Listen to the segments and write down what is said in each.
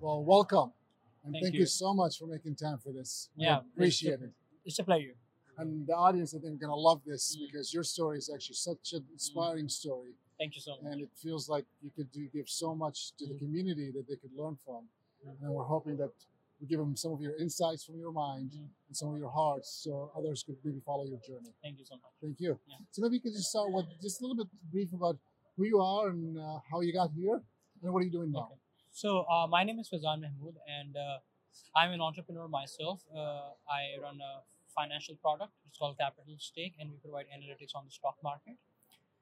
Well, welcome. And Thank thank, you. you so much for making time for this. We Yeah, appreciate it's- it. It's a pleasure. And the audience, I think, going to love this Mm. because your story is actually such an inspiring story. Thank you so much. And it feels like you could do, give so much to the Mm. community that they could learn from. Mm. And we're hoping that we give them some of your insights from your mind Mm. and some of your hearts so others could maybe follow your journey. Thank you so much. Thank you. Yeah. So maybe you could just start with just a little bit brief about who you are and uh, how you got here and what are you doing now? Okay. So uh, my name is Fazan Mahmood, and uh, I'm an entrepreneur myself. Uh, I run a financial product. It's called Capital Stake, and we provide analytics on the stock market.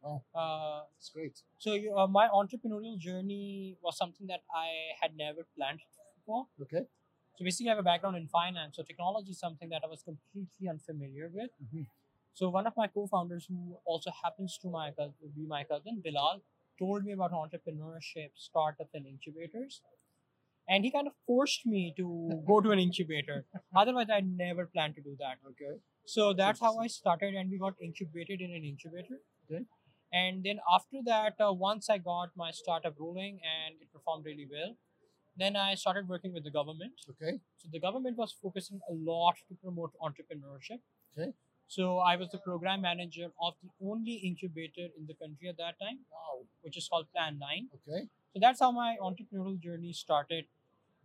Wow. Uh, It's great. so you, uh, my entrepreneurial journey was something that I had never planned before. Okay. So basically, I have a background in finance. So technology is something that I was completely unfamiliar with. Mhm. So one of my co-founders, who also happens to my cous- be my cousin Bilal, told me about entrepreneurship, startups, and incubators, and he kind of forced me to go to an incubator. Otherwise, I never planned to do that. Okay. So that's how I started, and we got incubated in an incubator. Okay. And then after that, uh, once I got my startup rolling and it performed really well, then I started working with the government. Okay. So the government was focusing a lot to promote entrepreneurship. Okay. So I was the program manager of the only incubator in the country at that time, Wow. which is called Plan 9. Okay. So that's how my entrepreneurial journey started.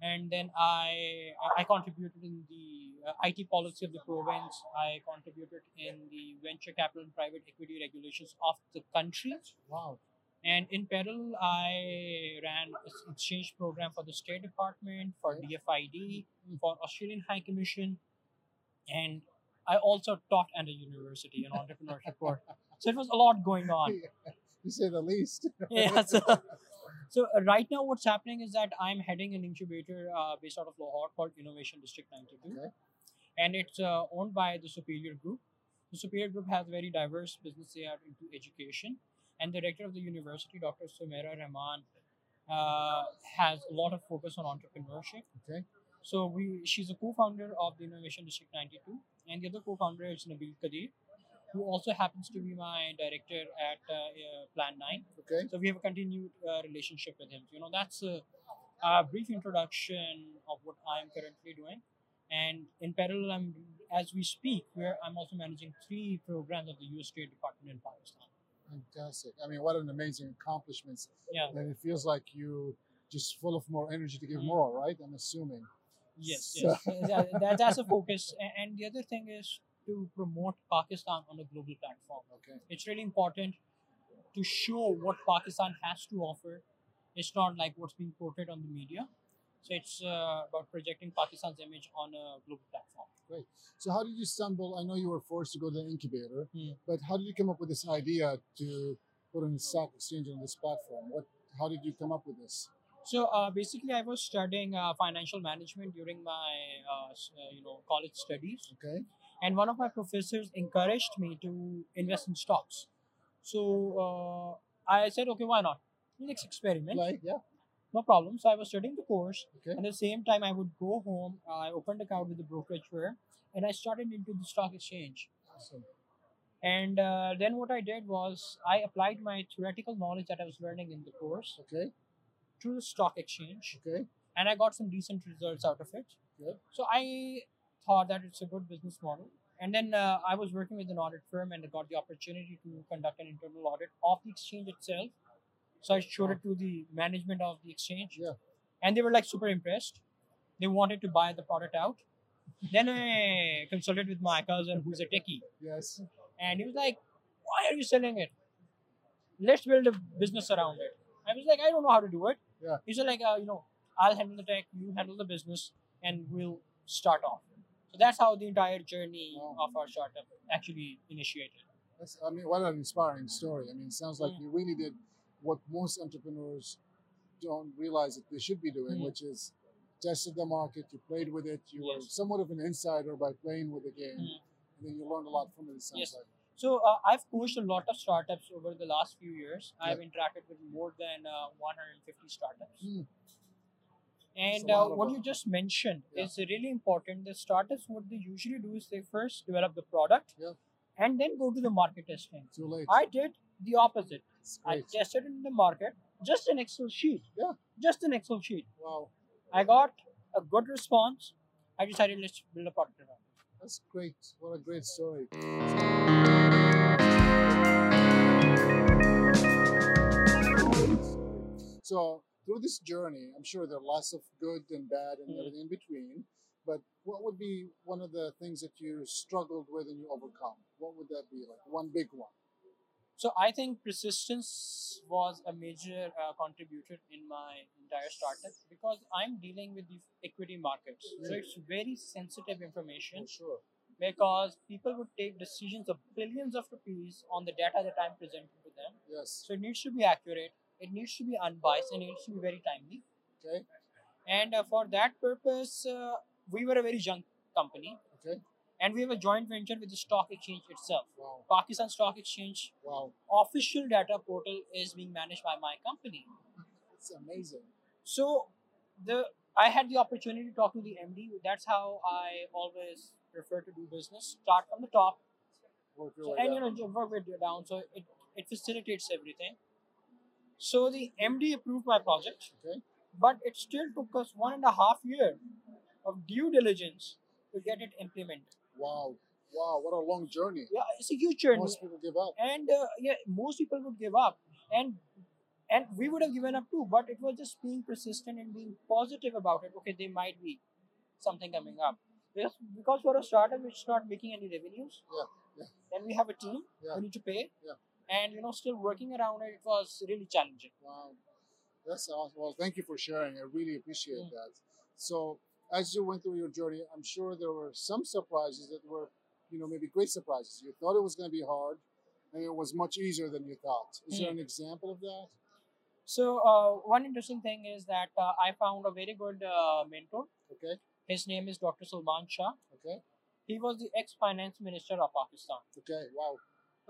And then I I contributed in the uh, IT policy of the province. I contributed in the venture capital and private equity regulations of the country. Wow. And in parallel, I ran an exchange program for the State Department, for Okay. DFID, for Australian High Commission, and I also taught at a university in entrepreneurship course. So it was a lot going on. You say the least. Yeah. So, so right now, what's happening is that I'm heading an incubator uh, based out of Lahore called Innovation District 92, Okay. and it's uh, owned by the Superior Group. The Superior Group has very diverse business they are into education, and the director of the university, Dr. Sumera Rahman, uh, has a lot of focus on entrepreneurship. Okay. So we, she's a co-founder of the Innovation District 92, and the other co-founder is Nabil Kadir, who also happens to be my director at uh, uh, Plan 9. Okay. So we have a continued uh, relationship with him. You know, that's a, a brief introduction of what I'm currently doing. And in parallel, I'm as we speak, where I'm also managing three programs of the U.S. State Department in Pakistan. Fantastic. I mean, what an amazing accomplishments. Yeah. And it feels like you just full of more energy to give Mm. more, right? I'm assuming. Yes, So- yes. that, that- that's a focus. A- And the other thing is to promote Pakistan on a global platform. Okay. It's really important to show what Pakistan has to offer. It's not like what's being portrayed on the media. So it's uh, about projecting Pakistan's image on a global platform. So how did you stumble? I know you were forced to go to an incubator, Hmm. but how did you come up with this idea to put on the stock exchange on this platform? What? How did you come up with this? So uh, basically, I was studying uh, financial management during my uh, s- uh, you know college studies, Okay. and one of my professors encouraged me to invest in stocks. So uh, I said, okay, why not? Let's experiment. Like yeah. no problem. So I was studying the course. Okay. And at the same time, I would go home. I opened account with the brokerage firm, and I started into the stock exchange. Awesome. And uh, then what I did was I applied my theoretical knowledge that I was learning in the course Okay. to the stock exchange, Okay. and I got some decent results out of it. Good. So I thought that it's a good business model. And then uh, I was working with an audit firm, and I got the opportunity to conduct an internal audit of the exchange itself. So I showed it to the management of the exchange. Yeah. And they were like super impressed. They wanted to buy the product out. then I consulted with my cousin who's a techie. Yes. And he was like, Why are you selling it? Let's build a business around it. I was like, I don't know how to do it. Yeah. He said, like, uh, you know, I'll handle the tech, you handle the business, and we'll start off. So that's how the entire journey Wow. of our startup actually initiated. That's, I mean, what an inspiring story. I mean, it sounds like Mm. you really did what most entrepreneurs don't realize that they should be doing, Mm. which is tested the market, you played with it, you were Yes. somewhat of an insider by playing with the game, Mm. and then you learned a lot from it, it sounds Yes. like. So uh, I've coached a lot of startups over the last few years. I've interacted with more than uh, 150 startups. Hmm. And That's a uh, lot of what them. you just mentioned Yeah. is really important. The startups, what they usually do is they first develop the product Yeah. and then go to the market testing. Too late. I did the opposite. It's great. I tested in the market, just an Excel sheet. Yeah. Just an Excel sheet. Wow. I got a good response. I decided let's build a product around it. That's great. What a great story. So through this journey, I'm sure there are lots of good and bad and Mm. everything in between. But what would be one of the things that you struggled with and you overcome? What would that be like? One big one. So I think persistence was a major uh, contributor in my entire startup because I'm dealing with the equity markets. So Yeah. it's very sensitive information sure. because people would take decisions of billions of rupees on the data that I'm presenting to them. Yes. So it needs to be accurate, it needs to be unbiased, and it needs to be very timely. Okay. And uh, for that purpose, uh, we were a very young company. Okay. And we have a joint venture with the stock exchange itself. Wow. Pakistan Stock Exchange Wow. official data portal is being managed by my company. It's amazing. So the I had the opportunity to talk to the MD. That's how I always prefer to do business. Start from the top Work your so, way and you down. know you work with you down so it it facilitates everything so the md approved my project Okay. but it still took us one and a half year of due diligence to get it implemented Wow. Wow. What a long journey. yeah it's a huge journey Most people give up. and uh, yeah most people would give up and and we would have given up too but it was just being persistent and being positive about it okay there might be something coming up because, because for a startup it's not making any revenues Yeah, yeah. then we have a team Yeah. we need to pay Yeah. and you know still working around it it was really challenging Wow. That's awesome. Well, thank you for sharing. I really appreciate Mm. that. So, as you went through your journey, I'm sure there were some surprises that were, you know, maybe great surprises. You thought it was going to be hard, and it was much easier than you thought. Is there Mm. an example of that? so uh, one interesting thing is that uh, i found a very good uh, mentor Okay. his name is dr salman shah Okay. he was the ex-finance minister of pakistan Okay. Wow.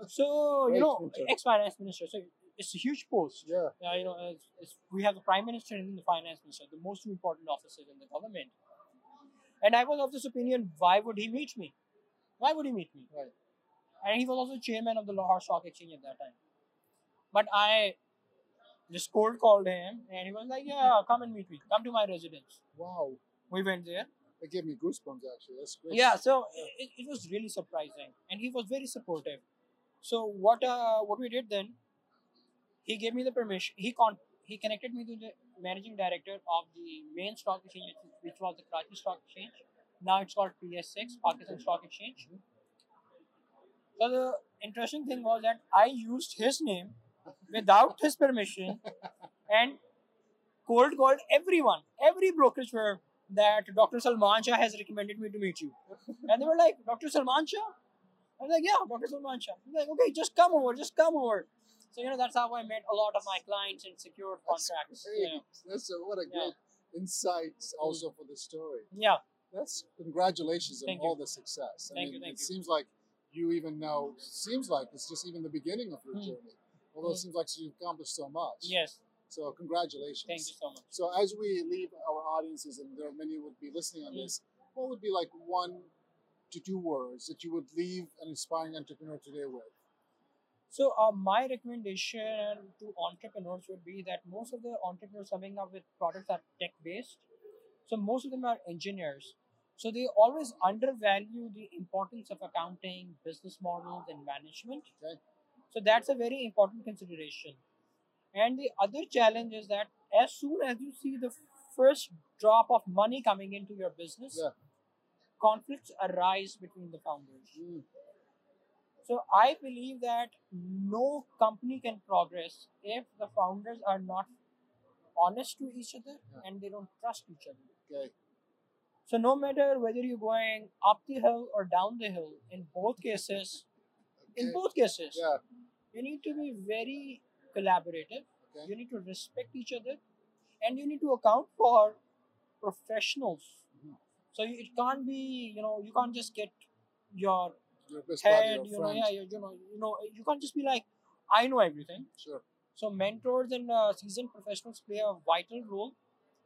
So Great you know, picture. ex finance minister. So it's a huge post. Yeah. Uh, you know, it's, it's, we have the prime minister and the finance minister, the most two important offices in the government. And I was of this opinion: why would he meet me? Why would he meet me? Right. And he was also chairman of the Lahore Stock Exchange at that time. But I just cold called him, and he was like, "Yeah, come and meet me. Come to my residence." Wow. We went there. That gave me goosebumps. Actually, that's great. Yeah, so it, it was really surprising, and he was very supportive. So what uh, what we did then, he gave me the permission. He con he connected me to the managing director of the main stock exchange, which- which was the Karachi Stock Exchange. Now it's called PSX, Pakistan Stock Exchange. So the interesting thing was that I used his name without his permission, and cold called everyone, every brokerage firm that Dr. Salman Shah has recommended me to meet you. And they were like, Dr. Salman Shah? I was like, yeah, Dr. Salman Shah. He's like, okay, just come over, just come over. So, you know, that's how I met a lot of my clients and secured That's contracts. Great. Yeah. That's a, what a Yeah. Mm. great insight also for the story. yeah. That's congratulations on Thank you. all the success. Thank you, it thank you. seems like you even know. Seems like it's just even the beginning of your Mm. journey. Although it Mm. seems like you've accomplished so much. Yes. So congratulations. Thank you so much. So as we leave our audiences, and there are many who would be listening on Mm. this, what would be like one to two words that you would leave an inspiring entrepreneur today with? So, uh, my recommendation to entrepreneurs would be that most of the entrepreneurs coming up with products are tech based. So, most of them are engineers. So, they always undervalue the importance of accounting, business models, and management. Okay. So, that's a very important consideration. And the other challenge is that as soon as you see the first drop of money coming into your business, Yeah. conflicts arise between the founders. Mm. So I believe that no company can progress if the founders are not honest to each other Yeah. and they don't trust each other. Okay. So no matter whether you're going up the hill or down the hill, in both cases, in Okay. both cases, Yeah. you need to be very collaborative. Okay. You need to respect each other, and you need to account for professionals. Mhm. So you- it can't be, you know, you can't just get your Your best buddy head, or you know, friend. yeah, you, you know, you know, you can't just be like, I know everything. Sure. So mentors and uh, seasoned professionals play a vital role.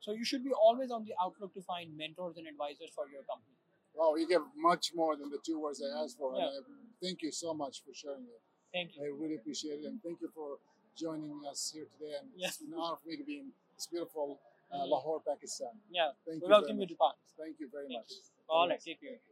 So you should be always on the outlook to find mentors and advisors for your company. Wow, Oh, you give much more than the two words I asked for. and Yeah. I thank you so much for sharing it. Thank you. I really appreciate it, and thank you for joining us here today. And it's an honor for me to be in this beautiful uh, Lahore, Pakistan. Yeah. Thank We you. very welcome you much. to Pakistan. Thank you very Thank much. you. All right. Take care.